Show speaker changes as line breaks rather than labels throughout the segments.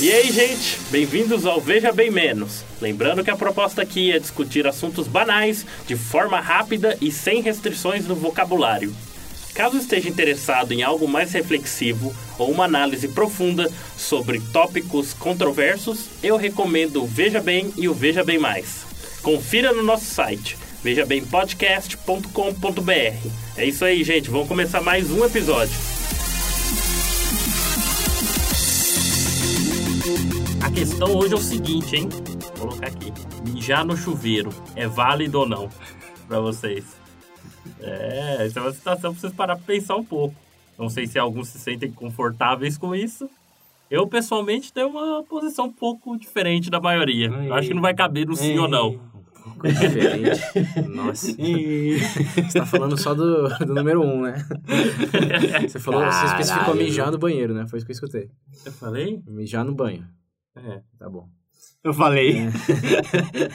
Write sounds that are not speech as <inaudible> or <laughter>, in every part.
E aí, gente, bem-vindos ao Veja Bem Menos. Lembrando que a proposta aqui é discutir assuntos banais de forma rápida e sem restrições no vocabulário. Caso esteja interessado em algo mais reflexivo ou uma análise profunda sobre tópicos controversos, eu recomendo o Veja Bem e o Veja Bem Mais. Confira no nosso site vejabempodcast.com.br. É isso aí, gente, vamos começar mais um episódio. A questão hoje é o seguinte, hein? Vou colocar aqui. Mijar no chuveiro é válido ou não pra vocês? É, essa é uma situação pra vocês parar pra pensar um pouco. Não sei se alguns se sentem confortáveis com isso. Eu, pessoalmente, tenho uma posição um pouco diferente da maioria. Eu acho que não vai caber no sim ou não.
Coisa diferente. Nossa. Você tá falando só do, do número
<laughs>
um, né? Você falou, você especificou
Caralho.
mijar no banheiro, né? Foi isso que eu escutei.
Eu falei?
Mijar no banho.
É.
Tá bom.
Eu <laughs> falei.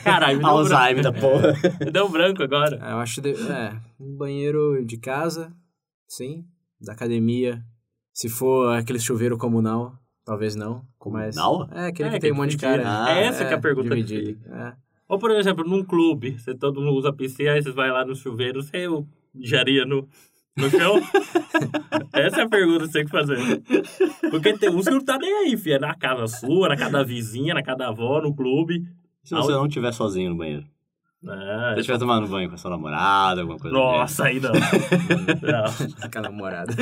Caralho, me deu um
Tá
branco.
Alzheimer da porra.
Me deu um branco agora.
Ah, eu acho. De... É, um banheiro de casa, sim. Da academia. Se for aquele chuveiro comunal, talvez não. Mas...
Comunal?
É, aquele
É,
que
que
tem um monte de
dividido.
cara.
É essa que é a pergunta que
dividido. É.
Ou, por exemplo, num clube, você todo mundo usa piscina, aí você vai lá no chuveiro, você mijaria no, no
<laughs>
chão? Essa é a pergunta que você tem que fazer. Porque tem uns que não tá nem aí, filho. É na casa sua, na casa da vizinha, na casa da avó, no clube.
Se você não estiver sozinho no banheiro.
Ah,
Se você estiver tomando banho com a sua namorada, alguma coisa
nossa, aí não. não.
Aquela
<laughs>
É. namorada.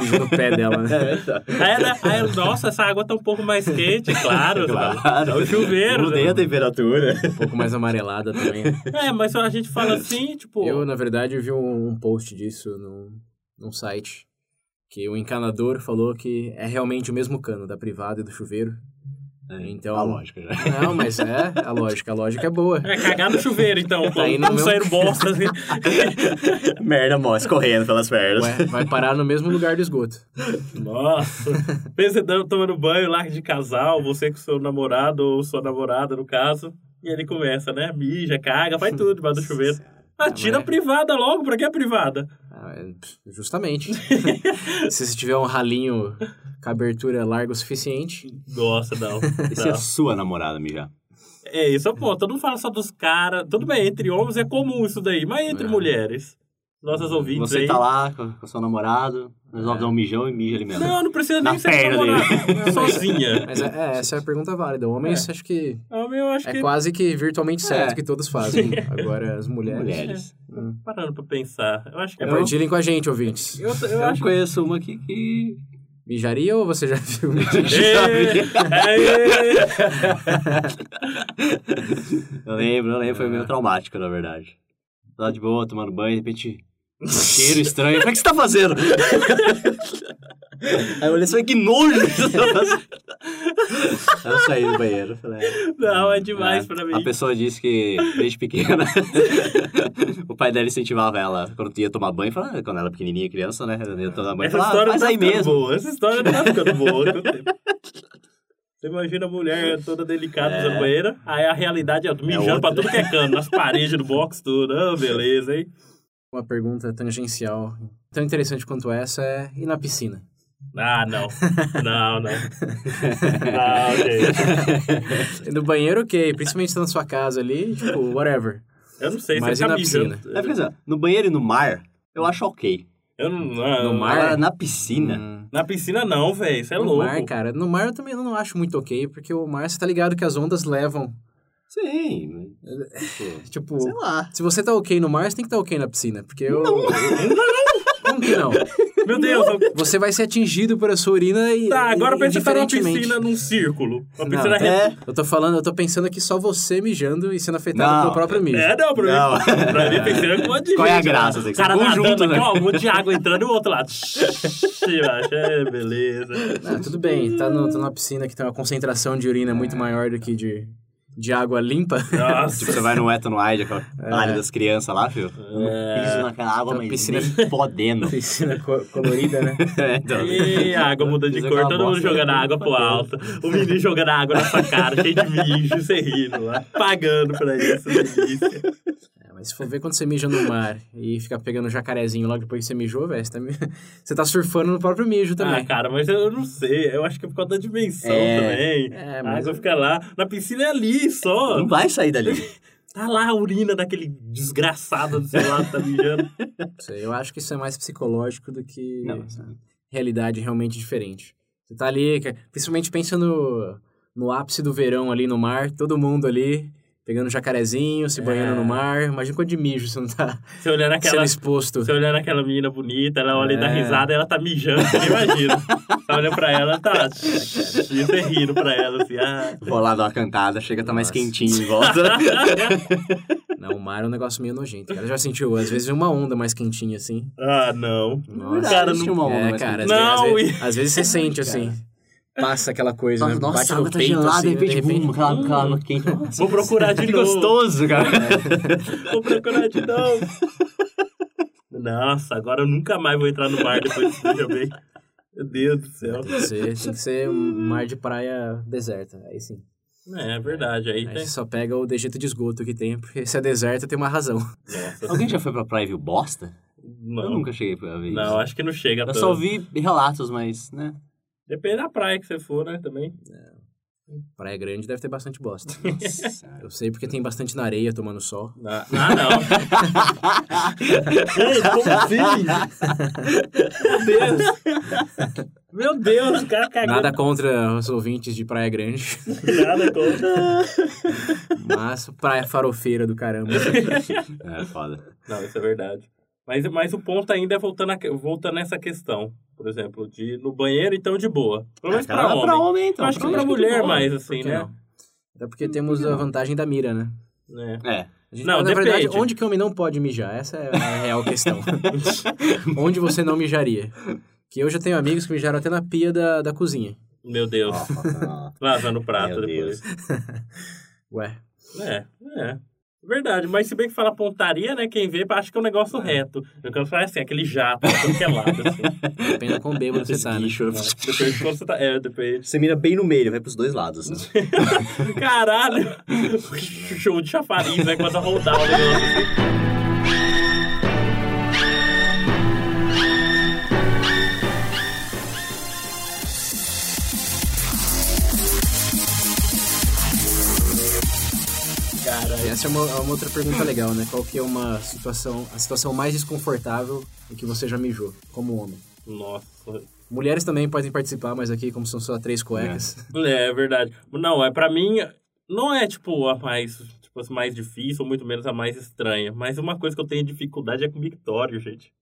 Mijo no pé <laughs> dela,
do
né?
gênero. É, tá.
Aí, ela- aí ela, nossa, essa água tá um pouco mais quente, claro.
Claro.
É o chuveiro.
Mudei
né?
a temperatura.
Um pouco mais amarelada também.
É, mas a gente fala assim, tipo...
Eu, na verdade, eu vi um, um post disso num, num site que o encanador falou que é realmente o mesmo cano da privada e do chuveiro. Então-
A lógica Tá
<laughs>
já.
Não, mas é a lógica. A lógica é boa.
É cagar no chuveiro, então. Tá
aí no
não
meu-
saíram bostas.
<laughs>
Merda mó escorrendo pelas pernas.
Ué, vai parar no mesmo lugar do esgoto.
Nossa, pensa dando- tomando banho lá de casal, você com seu namorado ou sua namorada, no caso, e ele começa, né? Mija, caga, faz tudo debaixo do chuveiro. Ah, tira a
mas-
privada logo, pra que a privada?
Ah, é, pff, Justamente. Se você tiver um ralinho com a abertura larga o suficiente,
Nossa, não.
E se a
não.
é sua namorada mijar?
É isso, pô, todo mundo fala só dos caras. Tudo bem, entre homens é comum isso daí, mas entre
É.
mulheres. Nossas ouvintes
Você
aí.
tá lá com com o seu namorado, resolve dar um mijão e mija ali mesmo.
Não, não precisa
Na
nem ser
perna
namorado.
dele.
Sozinha.
mas é, é, essa é a pergunta válida. Homens, acho que
Homem, eu acho
é
que.
quase que virtualmente certo
É.
que todos fazem. Agora, as mulheres.
Mulheres.
Parando pra pensar. Eu acho que é
Compartilhem com a gente, ouvintes.
Eu,
<laughs>
eu,
Eu,
acho
conheço uma aqui que.
Mijaria ou você já viu?
<laughs>
Ê, <laughs> É, ê.
Eu lembro, eu lembro, foi
É.
meio traumático, na verdade. Lá de boa, tomando banho, de repente.
<laughs>
um Cheiro estranho. Eu falei, O que você tá fazendo? Aí eu olhei e falei, que nojo que você tá
<laughs>
fazendo. Aí eu saí do banheiro. Falei, é.
Não, é demais pra mim.
A pessoa disse que, desde pequena, <laughs> o pai dela incentivava ela quando ia tomar banho. Falava, "Ah, quando ela era pequenininha, criança, né? ela Ia tomar banho.
Essa
Falava, ah,
história
faz
tá
aí
ficando
mesmo.
boa. Essa história tá ficando
<laughs>
boa. com o tempo. Você imagina a mulher toda delicada
É.
usando banheira, aí a realidade é mijando
outra.
pra tudo que é cano, nas paredes, no box, tudo.
<laughs>
Ah, beleza, hein?
Uma pergunta tangencial, tão interessante quanto essa, é ir na piscina.
Ah, não. Não,
<laughs>
Ah, não. Não, gente.
No banheiro, ok. Principalmente se tá na sua casa ali, tipo, whatever.
Eu não sei,
Mas
você
e
tá
na
mijando.
É porque, assim, ó, no banheiro e no mar, eu acho ok.
Eu não. não
No mar?
Agora, na piscina,
Hum.
Na piscina, não, velho. Isso é
no
louco.
mar, cara. No mar eu também não acho muito ok, porque o mar, você tá ligado que as ondas levam.
sim.
Hum.
Tipo,
Tipo,
Sei lá.
se você tá ok no mar, você tem que tá ok na piscina. Porque eu. Como que não?
Meu Deus, eu
Você vai ser atingido pela sua urina e.
Tá, agora
e-
pensa que tá numa
indiferentemente.
piscina num círculo. Uma
Não,
piscina
é.
reta.
Eu tô falando, eu tô pensando que só você mijando e sendo afetado
Não.
pelo próprio mijo.
É, não, pra mim.
Não.
Pra mim, piscina é um monte de
<laughs> Qual é a
gente,
graça,
né?
tem
O
que ser
cara nadando
conjunto,
aqui,
né?
ó, um monte de água entrando e o outro lado. Eu acho, é, beleza.
Ah, tudo bem, tá, no, tá numa piscina que tem uma concentração de urina muito maior do que de, de água limpa.
Nossa.
Tipo, você vai no Eton Wide, aquela área das crianças lá, filho.
É.
Piso naquela água,
Então,
mas
piscina-
nem
<laughs>
podendo.
piscina co- colorida, né?
É, então,
E a água muda de
Fiz
cor,
aquela
todo mundo
bosta.
jogando a água pro alto. O menino jogando a água na sua cara, cheio de mijo, você rindo lá. Pagando pra isso, delícia.
É, mas se for ver quando você mija no mar e fica pegando jacarezinho logo depois que você mijou, velho, você, tá, mi- <laughs> você tá surfando no próprio mijo
Ah,
também.
cara, mas eu não sei. Eu acho que é por causa da dimensão
É.
também.
É,
A
mas-
água fica lá. Na piscina é ali só.
Não vai sair dali.
Tá lá a urina daquele desgraçado do seu lado, tá mijando.
Não sei, eu acho que isso é mais psicológico do que
Não, sabe?
realidade realmente diferente. Você tá ali, que- principalmente pensa no, no ápice do verão ali no mar, todo mundo ali pegando jacarezinho, se banhando
É.
no mar. Imagina quanto de mijo você não tá
Você olhando aquela,
sendo exposto.
você olhando aquela menina bonita, ela olha e dá
É.
risada, ela tá mijando, você nem imagina. Você olha pra ela, tá. Você rindo pra ela, assim. Ah. <laughs>
Vou lá dar uma cantada, chega, tá mais
Nossa.
quentinho em volta.
Não, o mar é um negócio meio nojento, cara. Já sentiu, às vezes, uma onda mais quentinha, assim.
Ah, não.
Nossa.
Cara,
Existe
não-
uma onda
é,
mais
cara, às,
Não,
ve- às ve- às
<laughs>
vezes, você sente, assim. Passa aquela coisa,
Nossa,
né? Bate
nossa, a
no
água tá
peito,
gelada,
assim,
de repente, bum, aquela, aquela água quente. Nossa,
Vou <laughs> procurar de
que
novo. É. <laughs>
gostoso, cara.
Vou procurar de novo. Nossa, agora eu nunca mais vou entrar no bar depois que veja bem. Meu Deus do céu.
Tem que, ser, tem que ser um mar de praia deserta, aí sim.
É, é verdade. Aí
Aí
tem.
você só pega o dejeto de esgoto que tem, porque se é deserta tem uma razão. <laughs>
Nossa.
Alguém já foi pra praia e viu bosta? Eu
Não,
nunca cheguei pra ver
não, é
isso.
acho que não chega.
Eu
tanto.
só vi relatos, mas, né?
Depende da praia que você for, né? Também.
Praia grande deve ter bastante bosta.
<laughs> Nossa.
Eu sei porque tem bastante na areia tomando sol.
Ah, ah, não. Gente, como assim? Meu Deus. Meu Deus, o cara cagou.
Nada contra os ouvintes de Praia Grande, <laughs>
Nada contra.
mas praia farofeira do caramba.
é foda.
Não, isso é verdade. Mas, mas o ponto ainda é voltando, a, voltando nessa questão. Por exemplo, de ir no banheiro, então, de boa. Pelo menos pra
Cara,
homem.
É, pra homem,
Eu
Ah, então.
acho que
pra
pra
homem,
mulher
bom.
mais,
Por
assim,
que
né?
não? é, Até porque temos a vantagem da mira, né?
É.
É.
A gente-
Não,
na verdade,
depende.
onde que homem não pode mijar? Essa é a
<laughs>
real questão. onde você não mijaria? Que eu já tenho amigos que mijaram até na pia da, da cozinha.
Meu Deus.
Ó,
Lavando o prato
Meu
depois.
Ué,
É, é. Verdade, mas se bem que fala pontaria, né? Quem vê acha que é um negócio reto. Eu quero falar assim, aquele jato, tudo que é lado, assim.
depende de quão bêbado você
esse
tá, né?
guincho.
Depende de quando você tá. É, depende.
Você mira bem no meio, vai pros dois lados. Assim.
<laughs> Caralho! <laughs> Show de chafariz, né? Começa a rodar o negócio. Caralho.
Essa é uma, é uma outra pergunta legal, né? Qual que é uma situação, a situação mais desconfortável em que você já mijou, como homem?
Nossa.
Mulheres também podem participar, mas aqui, como são só três cuecas,
É, é verdade. Não, é pra mim, não é tipo a mais, tipo, a mais difícil, ou muito menos a mais estranha. Mas uma coisa que eu tenho dificuldade é com Victório, gente.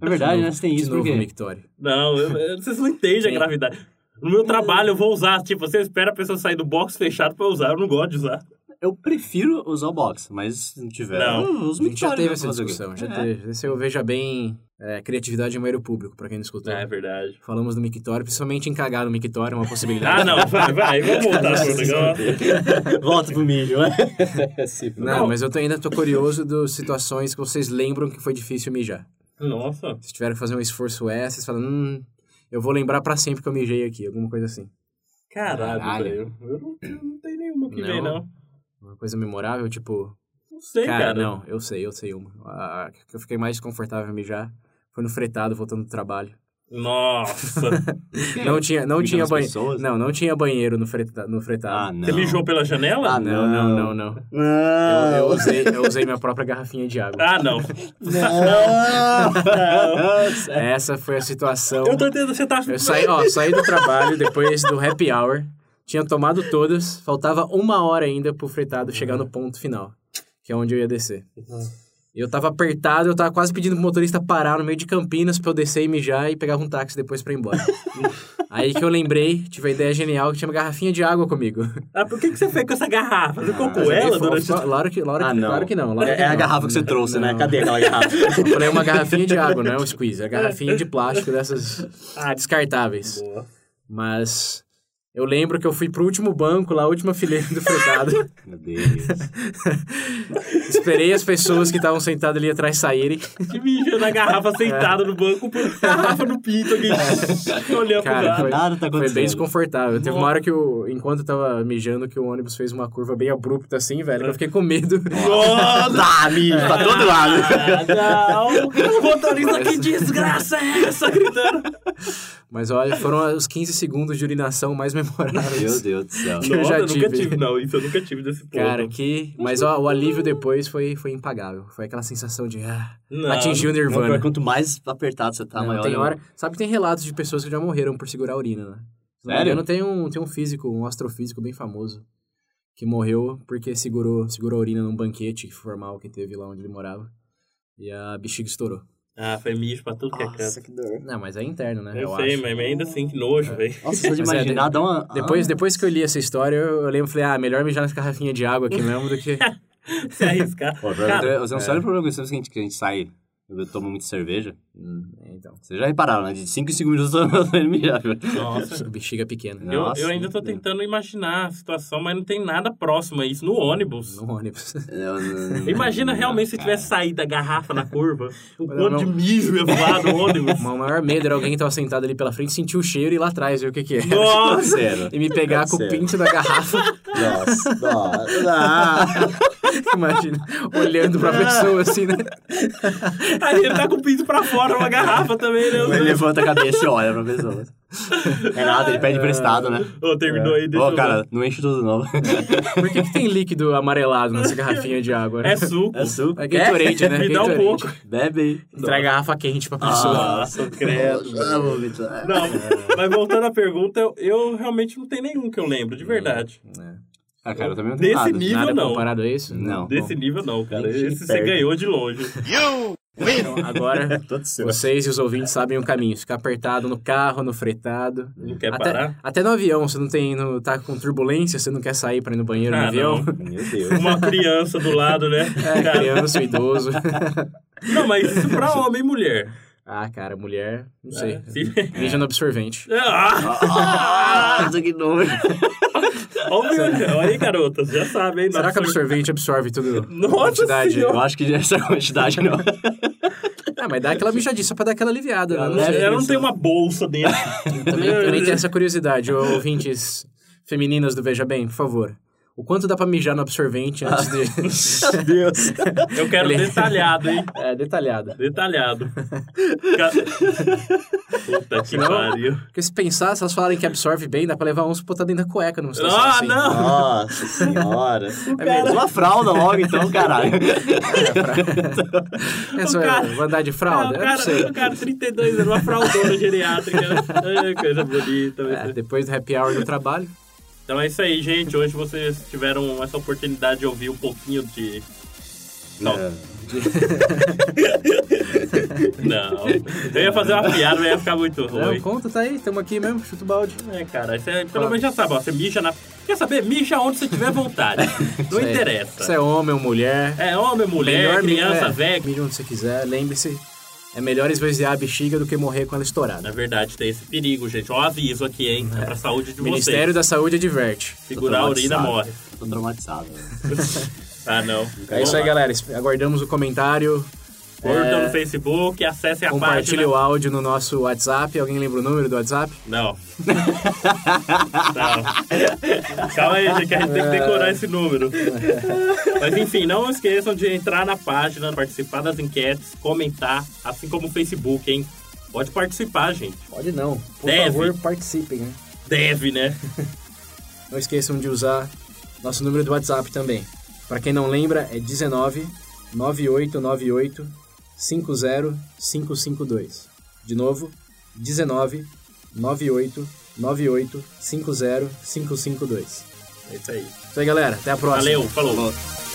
É verdade,
De
né? Você tem
de
isso, por
novo,
quê?
Mictório.
Não, eu- eu- vocês não entendem a
Sim.
gravidade. No meu trabalho eu vou usar, tipo, você espera a pessoa sair do box fechado pra eu usar, eu não gosto de usar.
Eu prefiro usar o box, mas se não tiver,
Não.
eu uso
A gente já
Victoria,
teve
né,
essa
fazer o quê?
discussão, já
É.
teve. Esse eu vejo bem é, criatividade em banheiro público, pra quem não escutou.
É verdade.
Falamos do Mictório, principalmente em cagar no Mictório, é uma possibilidade.
Ah, não, vai, vai, vamos voltar pro negócio.
<laughs> Volta pro milho, né? Se for.
Não, mas eu tô- ainda tô curioso das situações que vocês lembram que foi difícil mijar.
Nossa,
Se tiveram que fazer um esforço extra, vocês falam, hum, eu vou lembrar pra sempre que eu mijei aqui, alguma coisa assim.
caralho,
Caralho.
velho. Eu não, eu não tenho nenhuma que
Não?
vem, não.
Uma coisa memorável, tipo,
Não sei,
Cara,
cara.
não, eu sei, eu sei uma. A a que eu fiquei mais desconfortável em mijar foi no fretado voltando do trabalho. <laughs>
Nossa.
Não tinha, não
Mijando
tinha
as
banheiro.
pessoas? né?
Não, tá. não tinha banheiro no, freta, no
Ah,
fretado.
não.
Você mijou pela janela?
Ah,
não, não, não, não. Eu, eu usei, eu usei minha própria garrafinha
<laughs>
de água.
Ah, não. <laughs>
Não.
Essa foi a situação.
Eu tô entendendo, você tá.
Eu saí, ó, saí do trabalho depois do happy hour. Tinha tomado todas, faltava uma hora ainda pro fretado chegar no ponto final, que é onde eu ia descer. E eu tava apertado, eu tava quase pedindo pro motorista parar no meio de Campinas pra eu descer e mijar e pegava um táxi depois pra ir embora. Aí que eu lembrei, tive a ideia genial que tinha uma garrafinha de água comigo.
Ah, por que, que você fez com essa garrafa? Você ficou
Ah,
<laughs>
com ela
Falei,
durante.
"Fo- Claro que, claro,
Ah,
que,
não.
claro que não. claro que
É a
não.
garrafa que você trouxe, né?
Não.
Cadê aquela garrafa?
Eu falei uma garrafinha de água, não é
<laughs>
um squeeze, é a garrafinha de plástico dessas
Ah,
descartáveis.
boa.
Mas Eu lembro que eu fui pro último banco, lá, a última fileira do fretado.
Meu Deus.
Esperei as pessoas que estavam sentadas ali atrás saírem.
Que mijando a garrafa sentada no banco,
<laughs>
pô, garrafa no pinto, alguém <laughs> olhando pro
É. Cara,
lado.
foi,
Nada tá
foi
acontecendo.
bem desconfortável. Teve uma hora que eu, enquanto eu tava mijando, que o ônibus fez uma curva bem abrupta assim, velho. que Eu fiquei com medo.
Nossa!
Tá, mijo, pra todo lado.
<laughs>
Ah, não! Os motoristas, que desgraça é essa? Gritando.
Mas olha, foram os 15 segundos de urinação mais
Meu
memoráveis.
Deus do céu.
Que eu já
Nossa, nunca
tive.
tive, não. Isso eu nunca tive desse ponto.
Cara, que. Mas ó, o alívio depois foi, foi impagável. Foi aquela sensação de. Ah,
Não,
atingiu o
Não, pior,
Nirvana.
quanto mais apertado você tá,
Não,
maior.
tem
é o-
hora. Sabe que tem relatos de pessoas que já morreram por segurar a urina, né? Se não me
Sério?
engano, tem um, tem um físico, um astrofísico bem famoso, que morreu porque segurou, segurou a urina num banquete formal que teve lá onde ele morava. E a bexiga estourou.
Ah, foi mijo pra tudo que é canto.
Nossa, que dor.
Não, mas é interno, né?
Eu, sei,
acho.
mas ainda assim, que nojo, velho. <laughs>
Nossa, só de
Mas é,
imaginar, dá uma...
Depois, depois que eu li essa história, eu, eu lembro, falei, ah, melhor mijar nas garrafinhas de água aqui mesmo
<laughs>
do que... É,
Se arriscar.
Pô,
Cara,
eu tenho um sério problema com isso, sabe que a gente, que a gente sai, eu tomo muita cerveja. Hum,
É, então, <laughs>
Vocês já repararam, né? De 5 em 5 minutos eu tô indo mijar, velho.
Nossa.
bexiga pequena. né?
Eu,
Nossa,
eu ainda tô
meu Deus.
tentando imaginar a situação, mas não tem nada próximo a isso no ônibus.
No ônibus. <laughs>
Eu não-
Imagina
não,
realmente se
cara.
tivesse saído a garrafa na curva, o
Não,
quanto de
não.
mijo ia voar do ônibus.
O meu maior medo era alguém que tava sentado ali pela frente, sentir o cheiro e ir lá atrás ver o que que é.
Nossa!
Sério.
<laughs> E me pegar com o
Sério.
pinte
<laughs>
da garrafa.
Nossa, nossa.
<laughs> Imagina, olhando pra pessoa assim, né?
Aí ele tá com o pinto pra fora, uma garrafa também, né?
Ele levanta a cabeça e olha pra pessoa. É nada, ele pede emprestado, né?
Ô, terminou aí, deixa
Ô,
eu-
cara, não enche tudo não.
Por que, que tem líquido amarelado
<laughs>
nessa garrafinha de água?
É suco.
É suco.
É Gatorade, né?
Me dá um
Gatorade. Ah,
pouco.
Bebe aí.
Entrega a garrafa quente pra pessoa.
Ah,
Nossa, credo.
Vamos, Vitor.
Não,
É.
mas voltando à pergunta, eu, eu realmente não tenho nenhum que eu lembro, de verdade.
Ah, cara, eu também não
Desse
tenho nada.
nível,
Nada
não.
comparado a isso?
Não.
Bom,
Desse nível, não, cara.
Nem de
Esse você
perto.
ganhou de longe.
então, agora
é Todo seu.
<laughs> vocês e os ouvintes sabem o caminho. Ficar apertado no carro, no fretado.
Não quer
Até,
parar?
até no avião, você não tem. No, tá com turbulência, você não quer sair pra ir no banheiro
Ah,
no avião.
não.
Meu Deus.
Uma criança do lado, né?
É, <laughs>
Cara,
criança, idoso.
Não, mas isso
<laughs>
pra homem e mulher.
ah, cara, mulher, não sei.
Se-
Mija no absorvente.
<laughs> Ah,
Nossa, que nojo.
olha, olha aí, garota, você já sabe, hein?
Será que
Nossa,
absorvente absorve tudo?
É. Nossa
quantidade?
Senhora!
Eu acho que é essa quantidade não.
Ah, mas dá aquela mijadinha só pra dar aquela aliviada, né? Não
Leve
sei.
Ela não tem um- uma bolsa dentro. <laughs>
Também, também tem essa curiosidade, ô, ouvintes femininas do Veja Bem, por favor. O quanto dá pra mijar no absorvente
Ah.
antes
<laughs>
de...
Meu Deus.
Eu quero
Ele-
detalhado,
<laughs>
hein?
é, detalhada.
Detalhado. Ca- Puta que pariu.
Porque se pensar, se elas falarem que absorve bem, dá pra levar uns e botar dentro da cueca numa situação
Ah,
assim.
não!
Nossa senhora.
É mesmo.
Uma fralda logo então, caralho.
É só
O cara-
vou andar de
Ah,
fralda?
o
Eu não sei.
cara, o cara, 32 anos, uma fraldona
<laughs>
geriátrica. Ai, coisa bonita.
É, depois do happy hour do trabalho.
Então é isso aí, gente. Hoje vocês tiveram essa oportunidade de ouvir um pouquinho de. Não. Eu ia fazer uma piada, mas ia ficar muito
Não,
ruim.
conta, tá aí, tamo aqui mesmo, chuta o balde.
É, cara, isso é- pelo menos já sabe, ó. Você mija na. Quer saber? Mija onde você tiver
<laughs>
vontade. Não
Isso aí.
interessa.
Se é homem ou mulher,
É homem, mulher, criança,
é,
velho.
Mija onde você quiser, lembre-se, é melhor esvaziar a bexiga do que morrer com ela estourada.
Na verdade, tem esse perigo, gente. Ó, aviso aqui, hein? É pra saúde de
Ministério
vocês.
da Saúde adverte.
Segurar a urina
traumatizado.
morre.
Tô traumatizado. velho.
Ah, não.
É isso aí, galera. Aguardamos o comentário.
Curtam
É,
no Facebook, acessem a
Compartilhe
página.
o áudio no nosso WhatsApp. Alguém lembra o número do WhatsApp?
Não. não. Calma aí, gente, que a gente tem que decorar esse número. Mas enfim, não esqueçam de entrar na página, participar das enquetes, comentar, assim como o Facebook, hein? Pode participar, gente.
Pode não. Por
Deve.
favor, participem. né?
Deve, né?
Não esqueçam de usar nosso número do WhatsApp também. Pra quem não lembra, é 19 9898 50552. De novo, 19 9898 50552.
É isso aí.
É isso aí, galera. Até a próxima.
Valeu, falou.
Falou.